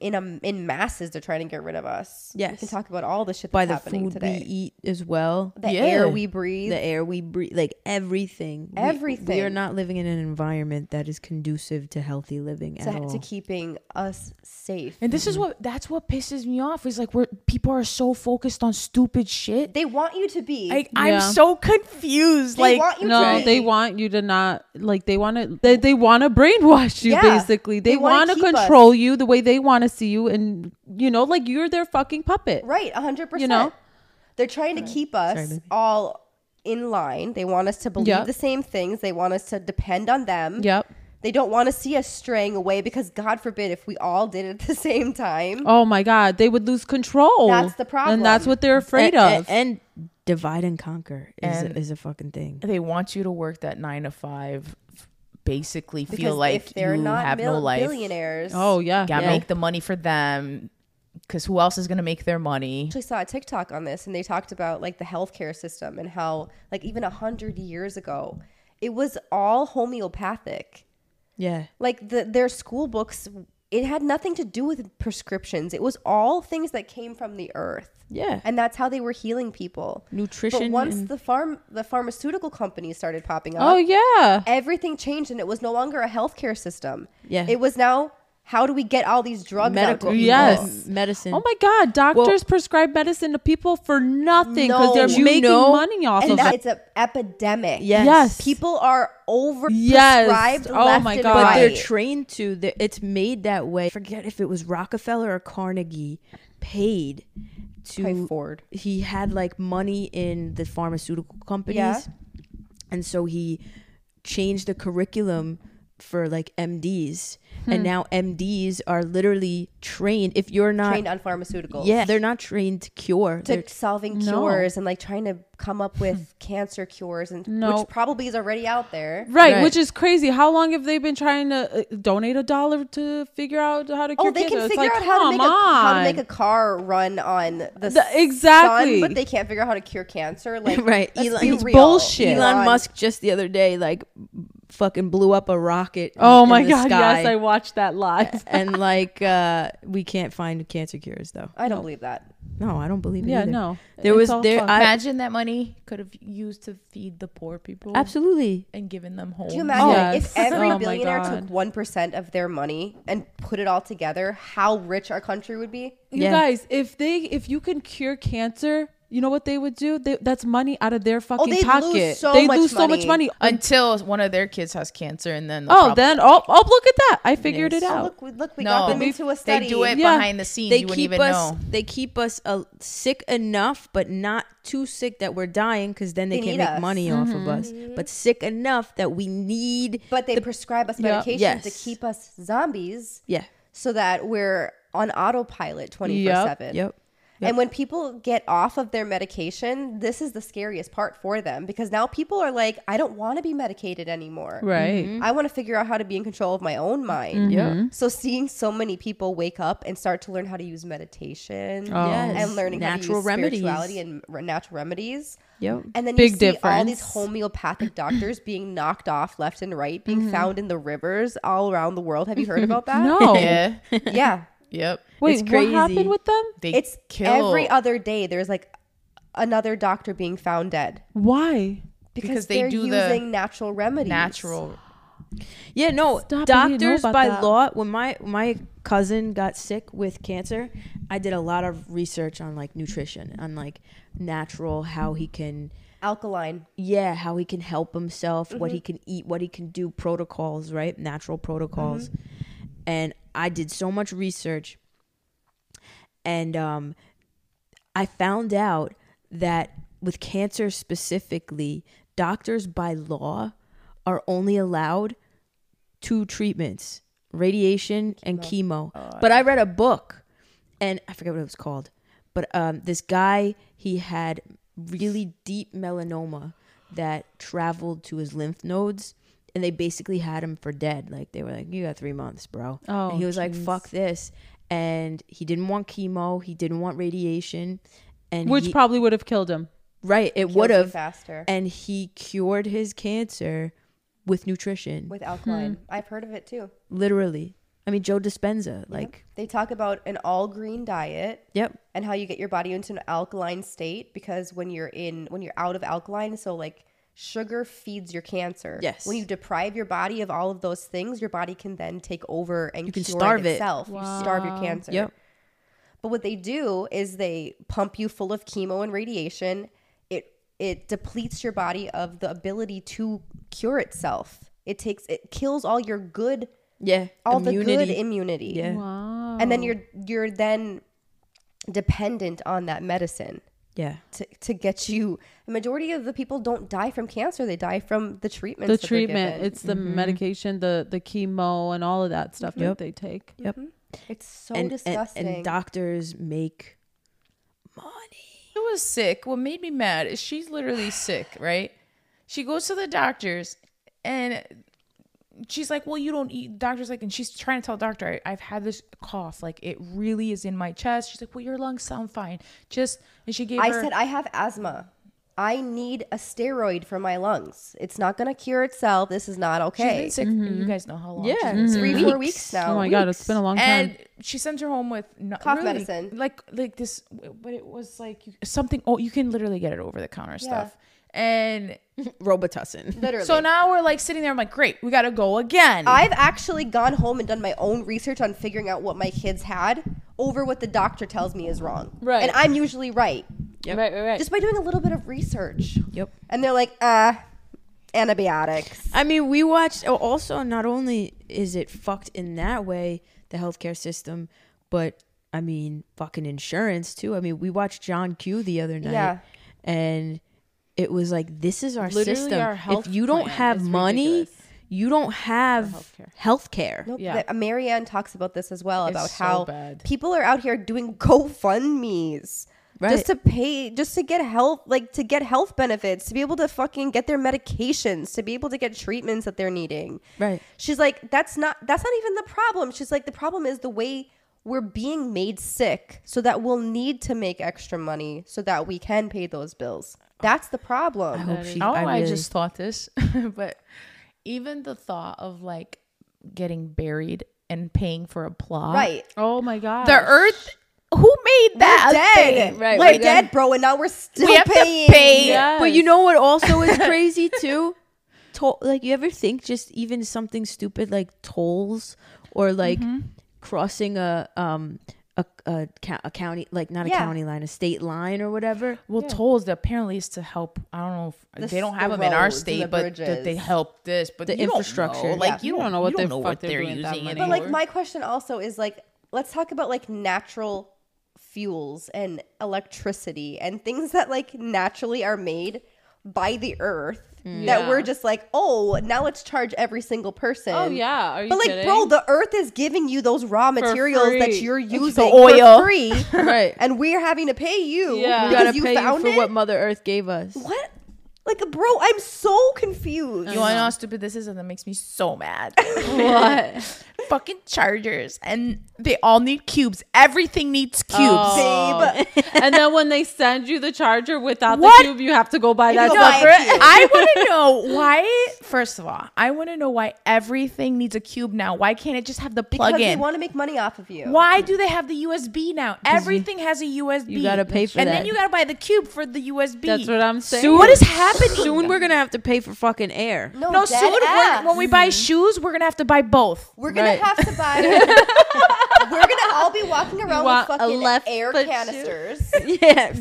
in a in masses they're trying to get rid of us. we Yes. can talk about all the shit that's by the happening food today. we eat as well. the Yeah. air we breathe. the air we breathe, like everything. We- We, are Everything. not living in an environment that is conducive to healthy living at to, all. to keeping us safe. And this is what that's what pisses me off is like we're people are so focused on stupid shit. They want you to be. Like Yeah. I'm so confused. they like want you to No, be. they want you to not like they want to they, they want to brainwash you Yeah. basically. They, They wanna want to keep us. control you the way they want to see you and you know like you're their fucking puppet. Right, hundred percent. You know? they're trying to keep us all in line. They want us to believe Yep. the same things. They want us to depend on them. Yep. They don't want to see us straying away because, God forbid, if we all did it at the same time, Oh my god, they would lose control. That's the problem. And that's what they're afraid A- a- of. And, divide and conquer is, And- is a fucking thing. they want you to work that 9 to 5 basically because feel like if they're you not have no mil- life. billionaires, oh yeah. Got to yeah. make the money for them cuz who else is going to make their money? actually saw a TikTok on this, and they talked about like the healthcare system and how, like, even a hundred years ago, it was all homeopathic. Yeah. like the their school books it had nothing to do with prescriptions it was all things that came from the earth Yeah. and that's how they were healing people but Nutrition once and- the farm the pharmaceutical companies started popping up Oh yeah. everything changed and it was no longer a healthcare system Yeah. it was now how do we get all these drugs Medical. out to people? Yes. m- Mm, Medicine. Oh my God! Doctors prescribe medicine to people for nothing No. because they're You making know- money off and of that, it. it's an epidemic Yes. Yes. people are over Yes. prescribed Oh left my and God. but right. they're trained to. They're- It's made that way. I forget if it was Rockefeller or Carnegie paid to. Pay forward. He had like money in the pharmaceutical companies. Yeah. And so he changed the curriculum for like MDs. And now MDs are literally trained. If you're not. trained on pharmaceuticals yeah, they're not trained to cure. to They're- solving No. cures and like trying to come up with cancer cures and No. which probably is already out there. Right, Right. which is crazy. How long have they been trying to uh, donate a dollar to figure out how to cure Oh, they cancer? can It's figure like, out how to, come make a, how to on. make a car run on the, The- exactly. sun, but they can't figure out how to cure cancer. Like Right, let's Elon- be it's real. bullshit. Elon Musk just the other day like fucking blew up a rocket. in- Oh in my the god! sky. Yes, I watched that live. and like uh we can't find cancer cures though. I don't believe that. No, I don't believe it. Yeah, either. no. There It's was all there fucked. I, Imagine that money could have used to feed the poor people absolutely. and giving them hope. Do you imagine Yes. if every Oh my billionaire God. took one percent of their money and put it all together, how rich our country would be? You Yeah. guys, if they if you can cure cancer, you know what they would do? They, that's money out of their fucking Oh, they'd lose pocket. so they much lose so much money. money. Oh, until one of their kids has cancer and then Oh, then oh, oh, look at that! I figured it Yes. Oh, out. look, we, look, we no got them into a study. they do it Yeah. behind the scenes They you wouldn't keep even us know they keep us uh, sick enough but not too sick that we're dying cuz then they, They can't need make us. money off of us. Mm-hmm. But sick enough that we need but they prescribe us medications to Yes. keep us zombies. yeah. so that we're on autopilot 24 7. Yep. And when people get off of their medication, this is the scariest part for them because now people are like, I don't want to be medicated anymore. Right. Mm-hmm. I want to figure out how to be in control of my own mind. Yeah. So seeing so many people wake up and start to learn how to use meditation Oh, Yes. and learning Natural how to use remedies. spirituality and r- natural remedies. Yep. And then Big you see all these difference. homeopathic doctors being knocked off left and right, being found in the rivers all around the world. Have you heard about that? Mm-hmm. No. yeah Yeah. yep Wait, It's what crazy. happened with them? they it's kill every other day there's like another doctor being found dead Why? because, Because they they are do the using natural remedies natural Yeah, no. Stop it, you didn't know doctors about by that. law. When my my cousin got sick with cancer, I did a lot of research on like nutrition, on like natural, how he can, alkaline yeah, how he can help himself, what he can eat, what he can do, protocols, right? Natural protocols. And I did so much research, and um, I found out that with cancer specifically, doctors by law are only allowed two treatments radiation and chemo. but I read a book and I forget what it was called. But um, this guy, he had really deep melanoma that traveled to his lymph nodes. And they basically had him for dead. Like they were like, "You got three months, bro." Oh, and he was like, "Fuck this!" And he didn't want chemo. He didn't want radiation. And Which he- probably would have killed him. right, it Kills would you have faster and he cured his cancer with nutrition Hmm. with alkaline i've heard of it too literally I mean, Joe Dispenza, like, They talk about an all green diet yep, and how you get your body into an alkaline state because when you're in when you're out of alkaline, so like sugar feeds your cancer. Yes. When you deprive your body of all of those things, your body can then take over and You can cure starve it. it itself. You starve your cancer. yep. But what they do is they pump you full of chemo and radiation. It it depletes your body of the ability to cure itself. It takes it kills all your good Yeah. all the good Immunity. immunity. Yeah. Wow. And then you're you're then dependent on that medicine yeah. to, to get you the majority of the people don't die from cancer they die from the treatment the treatment. It's the Mm-hmm. medication, the the chemo, and all of that stuff that they take. Yep. it's so and, and- disgusting And, doctors make money. She was sick. What made me mad is she's literally sick, right? She goes to the doctors and she's like, Well, you don't eat. Doctor's like, and she's trying to tell doctor, I, I've had this cough. Like, it really is in my chest. She's like, Well, your lungs sound fine. Just, and she gave i her. said i have asthma i need a steroid for my lungs it's not going to cure itself this is not she's okay been sick. You guys know how long. she's been three four weeks now Oh my god, it's been a long time. and she sent her home with no, Cough really, medicine. like like this but it was like you, something oh you can literally get it over the counter stuff and Robitussin. literally so now we're like sitting there i'm like great we gotta go again i've actually gone home and done my own research on figuring out what my kids had over what the doctor tells me is wrong Right. and i'm usually right Right, right, right. just by doing a little bit of research Yep. and they're like uh antibiotics I mean, we watched. oh, Also, not only is it fucked in that way, the healthcare system, but I mean, fucking insurance too. I mean, we watched John Q the other night, Yeah. and it was like, this is our Literally system. our health if you don't plan have is money, ridiculous. you don't have healthcare. Nope. Yeah. Yeah. Marianne talks about this as well about so how bad. people are out here doing GoFundMe's Right. just to pay, just to get health, like to get health benefits, to be able to fucking get their medications, to be able to get treatments that they're needing. Right. She's like, that's not that's not even the problem. She's like, the problem is the way we're being made sick, so that we'll need to make extra money so that we can pay those bills. That's the problem. I hope she. Oh, I, I, really- just thought this, but even the thought of like getting buried and paying for a plot. Right. oh my god, The earth who made We're that a dead. thing? Right. Like, we're dead, bro, and now we're still We have paying. to pay. But you know what? Also, is crazy too. Toll, like you ever think just even something stupid like tolls or like crossing a um a a, co- a county like not a Yeah. county line a state line or whatever. Well, tolls apparently is to help. I don't know. if The They don't s- have the them in our roads and the state, but that they bridges. help this. But The you don't infrastructure. know. Like Yeah. you don't know what, they know what they're they're doing with that using. money. anymore. But like my question also is like let's talk about like natural fuels and electricity and things that like naturally are made by the earth that we're just like, "Oh, now let's charge every single person." Oh yeah, are you But like, kidding? bro, the earth is giving you those raw materials that free. you're using oil. for free. Right. And we're having to pay you Yeah. we because gotta you pay you found for it. what Mother Earth gave us. what? Like, bro, I'm so confused. you want to know how stupid this is, and that makes me so mad. What? Fucking chargers, and they all need cubes. Everything needs cubes. Babe, and then when they send you the charger without What? the cube, you have to go buy that go stuff. buy a cube. I want to know why. First of all, I want to know why everything needs a cube now. Why can't it just have the because they plug-in? want to make money off of you. Why do they have the USB now? Everything has a USB. you gotta pay for and that. then you gotta buy the cube for the USB. That's what I'm saying. What is happening? Soon we're gonna have to pay for fucking air. No, no, dead soon when, ass. when we buy shoes, we're gonna have to buy both. We're gonna Right. have to buy. we're gonna all be walking around want with a fucking left air foot shoe? canisters Yeah.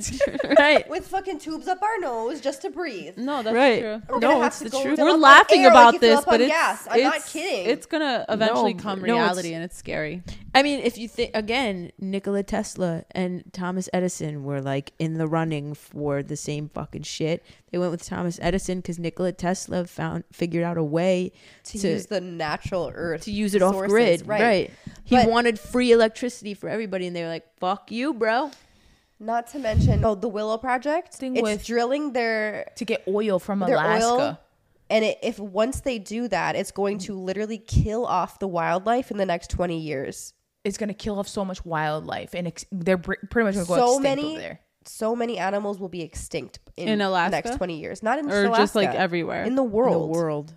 right. with fucking tubes up our nose just to breathe. No, that's Right. true. We're No, gonna have it's to the go truth. fill We're up on laughing air about like you fill this, up on but it's gas. I'm not it's- kidding. It's gonna eventually come no, it's- reality, and it's scary. I mean, if you think again, Nikola Tesla and Thomas Edison were like in the running for the same fucking shit. They went with Thomas Edison because Nikola Tesla found figured out a way to, to, use the natural earth to use it off sources, grid, right? He But- wanted free electricity for everybody, and they were like, "Fuck you, bro." Not to mention, oh, the Willow Project. Thing it's with- drilling their To get oil from their Alaska. oil. And it, if once they do that, it's going to literally kill off the wildlife in the next 20 years. It's gonna kill off so much wildlife, and ex- they're br- pretty much gonna go so extinct many over there. so many animals will be extinct in, In Alaska? the next 20 years not in Or Alaska, just, like, everywhere? in the In world, The world.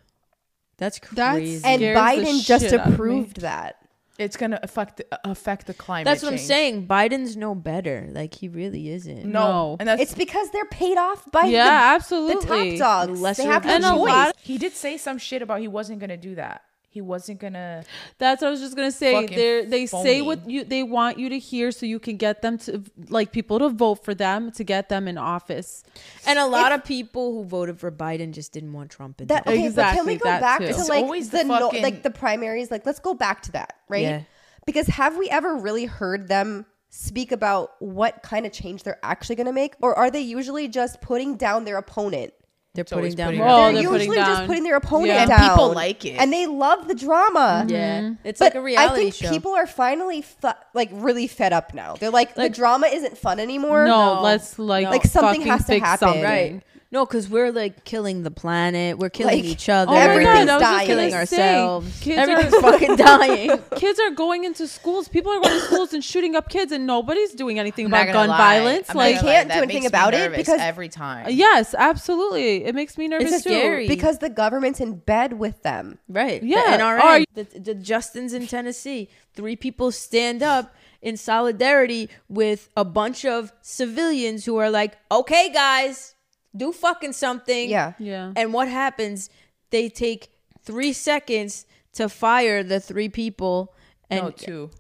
That's That's- crazy. and Scares the biden just shit out of me. approved that It's gonna affect affect the climate. That's what I'm change. saying. Biden's no better. Like he really isn't. No, No. and that's It's because they're paid off by Yeah, the, the absolutely. top dogs. Lesser they have no and a choice. lot he did say some shit about he wasn't gonna do that. He wasn't gonna. That's what I was just gonna say. Fucking They they say phony. what you they want you to hear, so you can get them to like people to vote for them to get them in office. And a lot of people who voted for Biden just didn't want Trump in That office. okay, but can we Exactly, go that back too. to It's like always the, the no, fucking- like the primaries? Like, let's go back to that, right? Yeah. Because have we ever really heard them speak about what kind of change they're actually going to make, or are they usually just putting down their opponent? They're putting always down. putting more- Oh, they're, they're usually putting just down- putting their opponent Yeah. And down. people like it. Mm-hmm. and they love the drama. yeah, it's But like a reality I think show. people are finally fu- like really fed up now. They're like, the drama isn't fun anymore. No, let's like Like, something fucking has to fix happen. something. Right. no, because we're like killing the planet. We're killing Like, each other. Oh my God, Everything's I was just dying. Killing gonna say, ourselves. kids Everything's are- fucking dying. Kids are going into schools. People are going to schools and shooting up kids, and nobody's doing anything I'm not about gonna gun lie. violence. I'm not like, gonna You can't lie, do that anything makes me about it nervous because- every time. yes, absolutely. It makes me nervous. It's too. scary. because the government's in bed with them. Right. Yeah. The NRA. Are you- the, the Justins in Tennessee. Three people stand up in solidarity with a bunch of civilians who are like, okay, guys, do fucking something. Yeah. Yeah. And what happens? They take three seconds to fire the three people. And, No, too.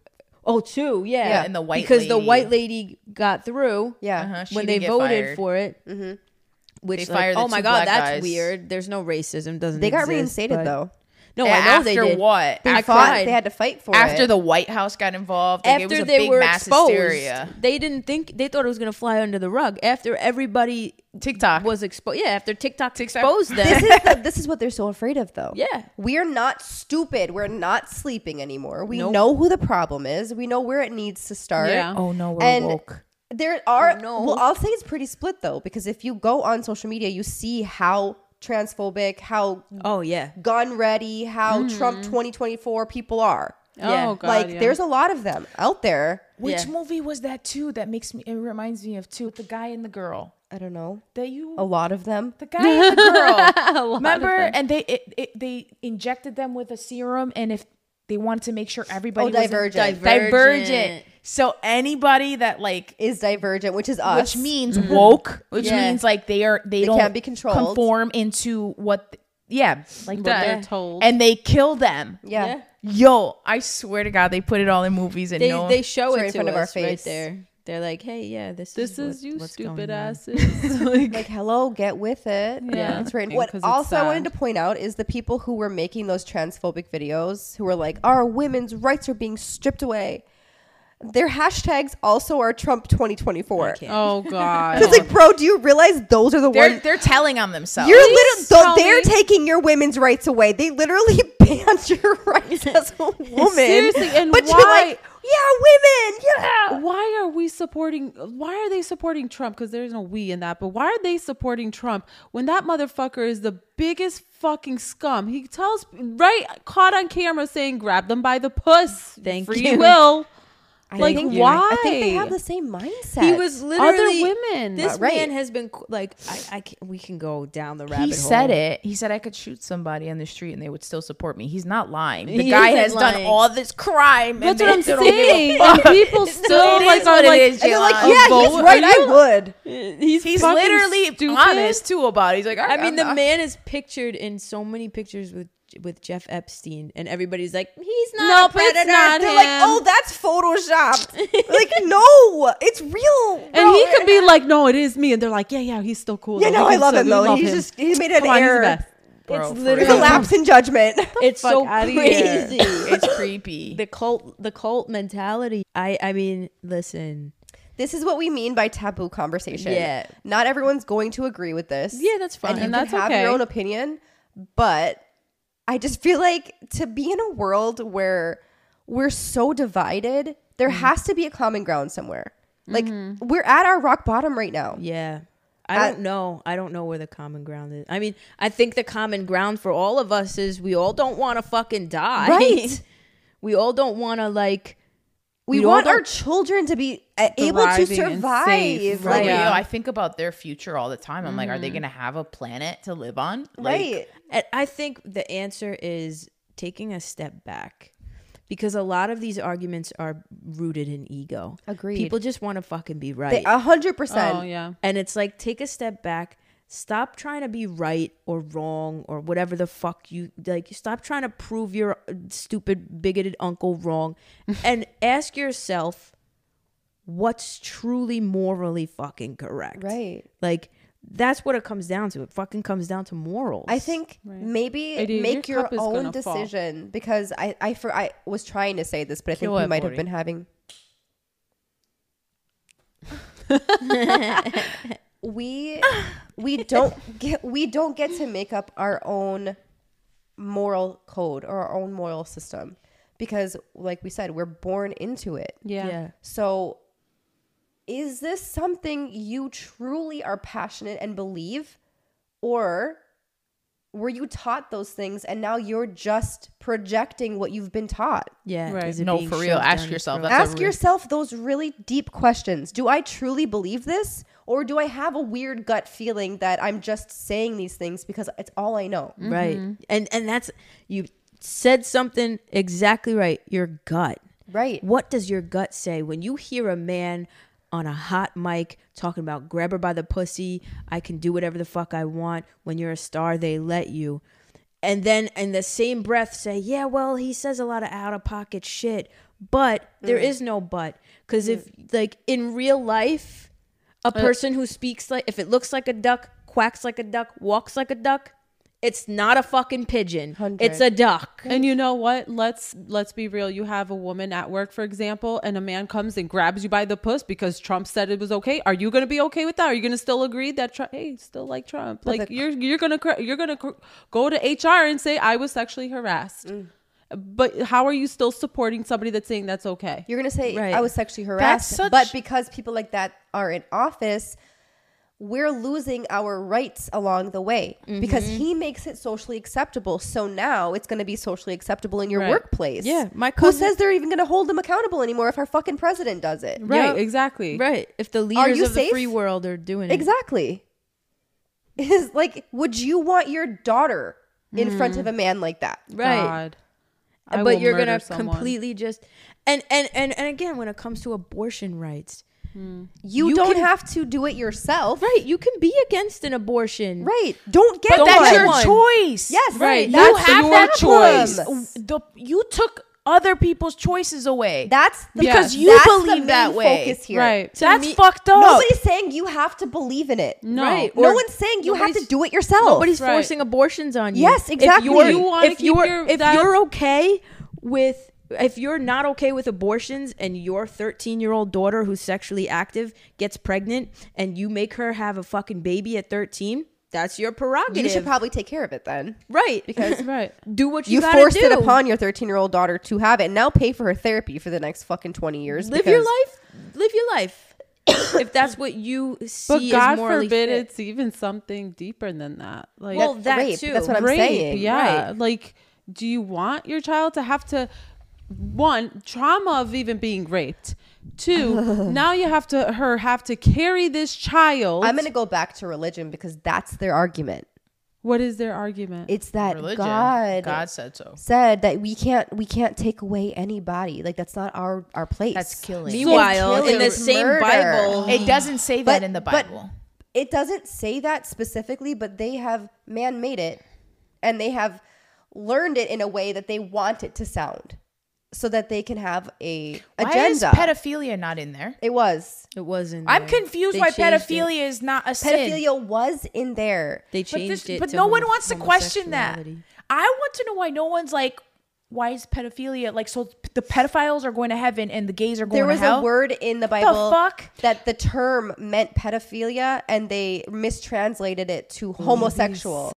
Oh, two. Yeah. Yeah, and the white Because the lady- white lady got through Yeah. Uh-huh, she when didn't they get voted fired. Mm-hmm. for it. Which, They like, fired the oh my two God, black that's guys. weird. There's no racism. Doesn't They got exist, reinstated but- though. No, A- I know they after did. what? They After- fought. They had to fight for it. After the White House got involved, like, it was after a they big were mass exposed, hysteria. they didn't think they thought it was going to fly under the rug. After everybody TikTok. was exposed, yeah, after TikTok, TikTok. exposed this them, is the, this is what they're so afraid of though. Yeah. We're not stupid. We're not sleeping anymore. We Nope. know who the problem is. We know where it needs to start. Yeah. oh no, we're And woke. there are Oh, no. well, I'll say it's pretty split though, because if you go on social media, you see how transphobic, how oh yeah, gun ready, how Trump 2024 people are. Yeah. Oh god. like yeah. there's a lot of them out there. Which Yeah. movie was that too? That makes me. It reminds me of too the guy and the girl I don't know. that you. A lot of them. The guy and the girl. Remember? And they it, it, they injected them with a serum, and if they wanted to make sure everybody Oh, was in- Divergent. divergent. Divergent. So anybody that like Is divergent, which is us. which means woke, which Yeah. means like they are they, don't can't be controlled. conform into what yeah like what that. they're told. and they kill them. yeah. Yeah. Yo, I swear to God, they put it all in movies and they no. they show It's it right in to front of our us right face. there. They're like, hey, yeah, this this is is you what's stupid going on. asses. like, like hello get with it Yeah. that's right Yeah, what 'cause it's also i sad. wanted to point out is the people who were making those transphobic videos who were like our women's rights are being stripped away their hashtags also are trump 2024 can't. oh god. it's like bro do you realize those are the they're ones they're telling on themselves. you're literally tell they're me. taking your women's rights away they literally banned your rights as a woman Seriously, and but you're why- like yeah women yeah why are we supporting why are they supporting trump because there's no we in that but why are they supporting trump when that motherfucker is the biggest fucking scum he tells right caught on camera saying grab them by the puss Thank free you. will like think- why i think they have the same mindset He was literally women. This Right. man has been qu- like, I, I can, we can go down the rabbit he hole. said it. He said I could shoot somebody on the street and they would still support me. He's not lying. The He guy isn't has done lying. all this crime. that's and what they i'm don't give a saying and people still it like is what are it like is, and they're like Jalen. yeah Although- he's right Are you- i would He's, He's fucking literally stupid. honest too about. It. He's like, I mean, the man. man is pictured in so many pictures with with Jeff Epstein, and everybody's like, he's not Nope, a it's predator. They're not They're him. like, like, oh, that's photoshopped. like, no, it's real. and he could could be like no it is me and they're like yeah yeah he's still cool Yeah, though. no, We I can love still- him we though. love he him. just he made an Come on, he's the error, best. Bro, it's for literally real. collapse in judgment. it's so fuck outta here. crazy. It's creepy. the cult, the cult mentality. I, I mean, listen, this is what we mean by taboo conversation. Yeah. not everyone's going to agree with this. yeah, that's fine. and you and can that's have your okay. own opinion, but I just feel like to be in a world where we're so divided, there has to be a common ground somewhere. Like we're at our rock bottom right now. yeah. I I- don't know. I don't know where the common ground is. I mean, I think the common ground for all of us is we all don't want to fucking die. Right. we all don't want to like. We, We all want our don't- children to be uh, able to Thriving and survive. safe, Like, Like, Yeah. yo, I think about their future all the time. I'm like, are they gonna have a planet to live on? Like, Mm-hmm. right. And I think the answer is taking a step back because a lot of these arguments are rooted in ego. Agreed. People just want to fucking be right. They- A hundred percent. Oh yeah. And it's like, take a step back. Stop trying to be right or wrong or whatever the fuck you like. Stop trying to prove your stupid, bigoted uncle wrong and ask yourself what's truly morally fucking correct. Right. Like, that's what it comes down to. It fucking comes down to morals. I think maybe Hey, dude, make your your, cup is own gonna fall. decision because I I, for, I was trying to say this, but I think Kill we it, might have Bodhi. been having. we we don't get we don't get to make up our own moral code or our own moral system because like we said we're born into it Yeah. so, is this something you truly are passionate and believe? Or were you taught those things and now you're just projecting what you've been taught? Yeah. Right. Is it No, being for real. shoved Ask down your yourself. throat? That's a Ask re- yourself those really deep questions. Do I truly believe this? Or do I have a weird gut feeling that I'm just saying these things because it's all I know? Mm. Right. And and that's you said something exactly right. Your gut. Right. What does your gut say when you hear a man on a hot mic talking about grab her by the pussy, I can do whatever the fuck I want. When you're a star, they let you. And then in the same breath say, yeah, well, he says a lot of out of pocket shit, but there is no but. Because if, like, in real life, a person who speaks like, if it looks like a duck, quacks like a duck, walks like a duck, it's not a fucking pigeon. It's a duck. And you know what? Let's let's be real. You have a woman at work, for example, and a man comes and grabs you by the puss because Trump said it was okay. Are you going to be okay with that? Are you going to still agree that Trump? Hey, still like Trump? like the- you're you're going to you're going to go to HR and say I was sexually harassed. Mm. But how are you still supporting somebody that's saying that's okay? You're gonna say Right. I was sexually harassed, such- but because people like that are in office, we're losing our rights along the way because Mm-hmm. he makes it socially acceptable. So now it's gonna be socially acceptable in your Right. workplace. Yeah, my who cousin- says they're even gonna hold them accountable anymore if our fucking president does it? Right, Yep. exactly. Right. If the leaders you of the safe? free world are doing it. Exactly. Is like, would you want your daughter in front of a man like that? Mm-hmm. Right. God. I but will you're murder gonna someone. completely just and and and and again when it comes to abortion rights, You, You don't can- have to do it yourself. right? You can be against an abortion, Right. Don't get But one. that's That's Go your on. choice. Yes, Right. right. You That's you have the that problem. choice. The, you took other people's choices away. That's the, Because yeah, you that's the believe that main way. Focus here. Right. To That's me- fucked up. Nobody's saying you have to believe in it. No. Right. No Or one's saying you have to nobody's- do it yourself. Nobody's Right. forcing abortions on you. Yes, exactly. If you're, You wanna if keep you're, your- if that- you're okay with, if you're not okay with abortions, and your 13 year old daughter who's sexually active gets pregnant, and you make her have a fucking baby at 13, that's your prerogative, you should probably take care of it then. right? Because Right. do what you, you gotta forced do. it upon your 13 year old daughter to have it. And now pay for her therapy for the next fucking 20 years. live your because- life live your life if that's what you see But God as morally forbid fit. it's even something deeper than that. Like well that rape, too that's what I'm rape, saying. Yeah. Like, do you want your child to have to one trauma of even being raped? Two, now you have to her have to carry this child. I'm going to go back to religion because that's their argument. what is their argument? It's that Religion. God, God said so. said that we can't we can't take away anybody. Like that's not our our place. That's killing. meanwhile killing in the is same murder. bible it doesn't say that But- in the but- Bible. it doesn't say that specifically, but they have man made it and they have learned it in a way that they want it to sound so that they can have a Why is agenda. pedophilia not in there? it was. it wasn't I'm there. confused They why changed it. pedophilia is not a sin. Pedophilia was in there. they But, changed this, it but to no one homo- wants to question that. homosexuality. I want to know why no one's like, why is pedophilia like? So the pedophiles are going to heaven and the gays are going There was to hell. a word in the Bible fuck? that the term meant pedophilia and they mistranslated it to homosexual.